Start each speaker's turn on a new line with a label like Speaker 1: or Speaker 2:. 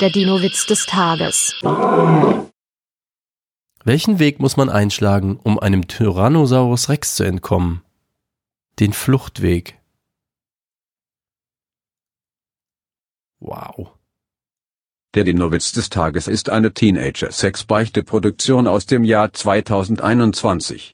Speaker 1: Der Dino-Witz des Tages.
Speaker 2: Welchen Weg muss man einschlagen, um einem Tyrannosaurus Rex zu entkommen? Den Fluchtweg. Wow.
Speaker 3: Der Dinowitz des Tages ist eine Teenager-Sex-Beichte-Produktion aus dem Jahr 2021.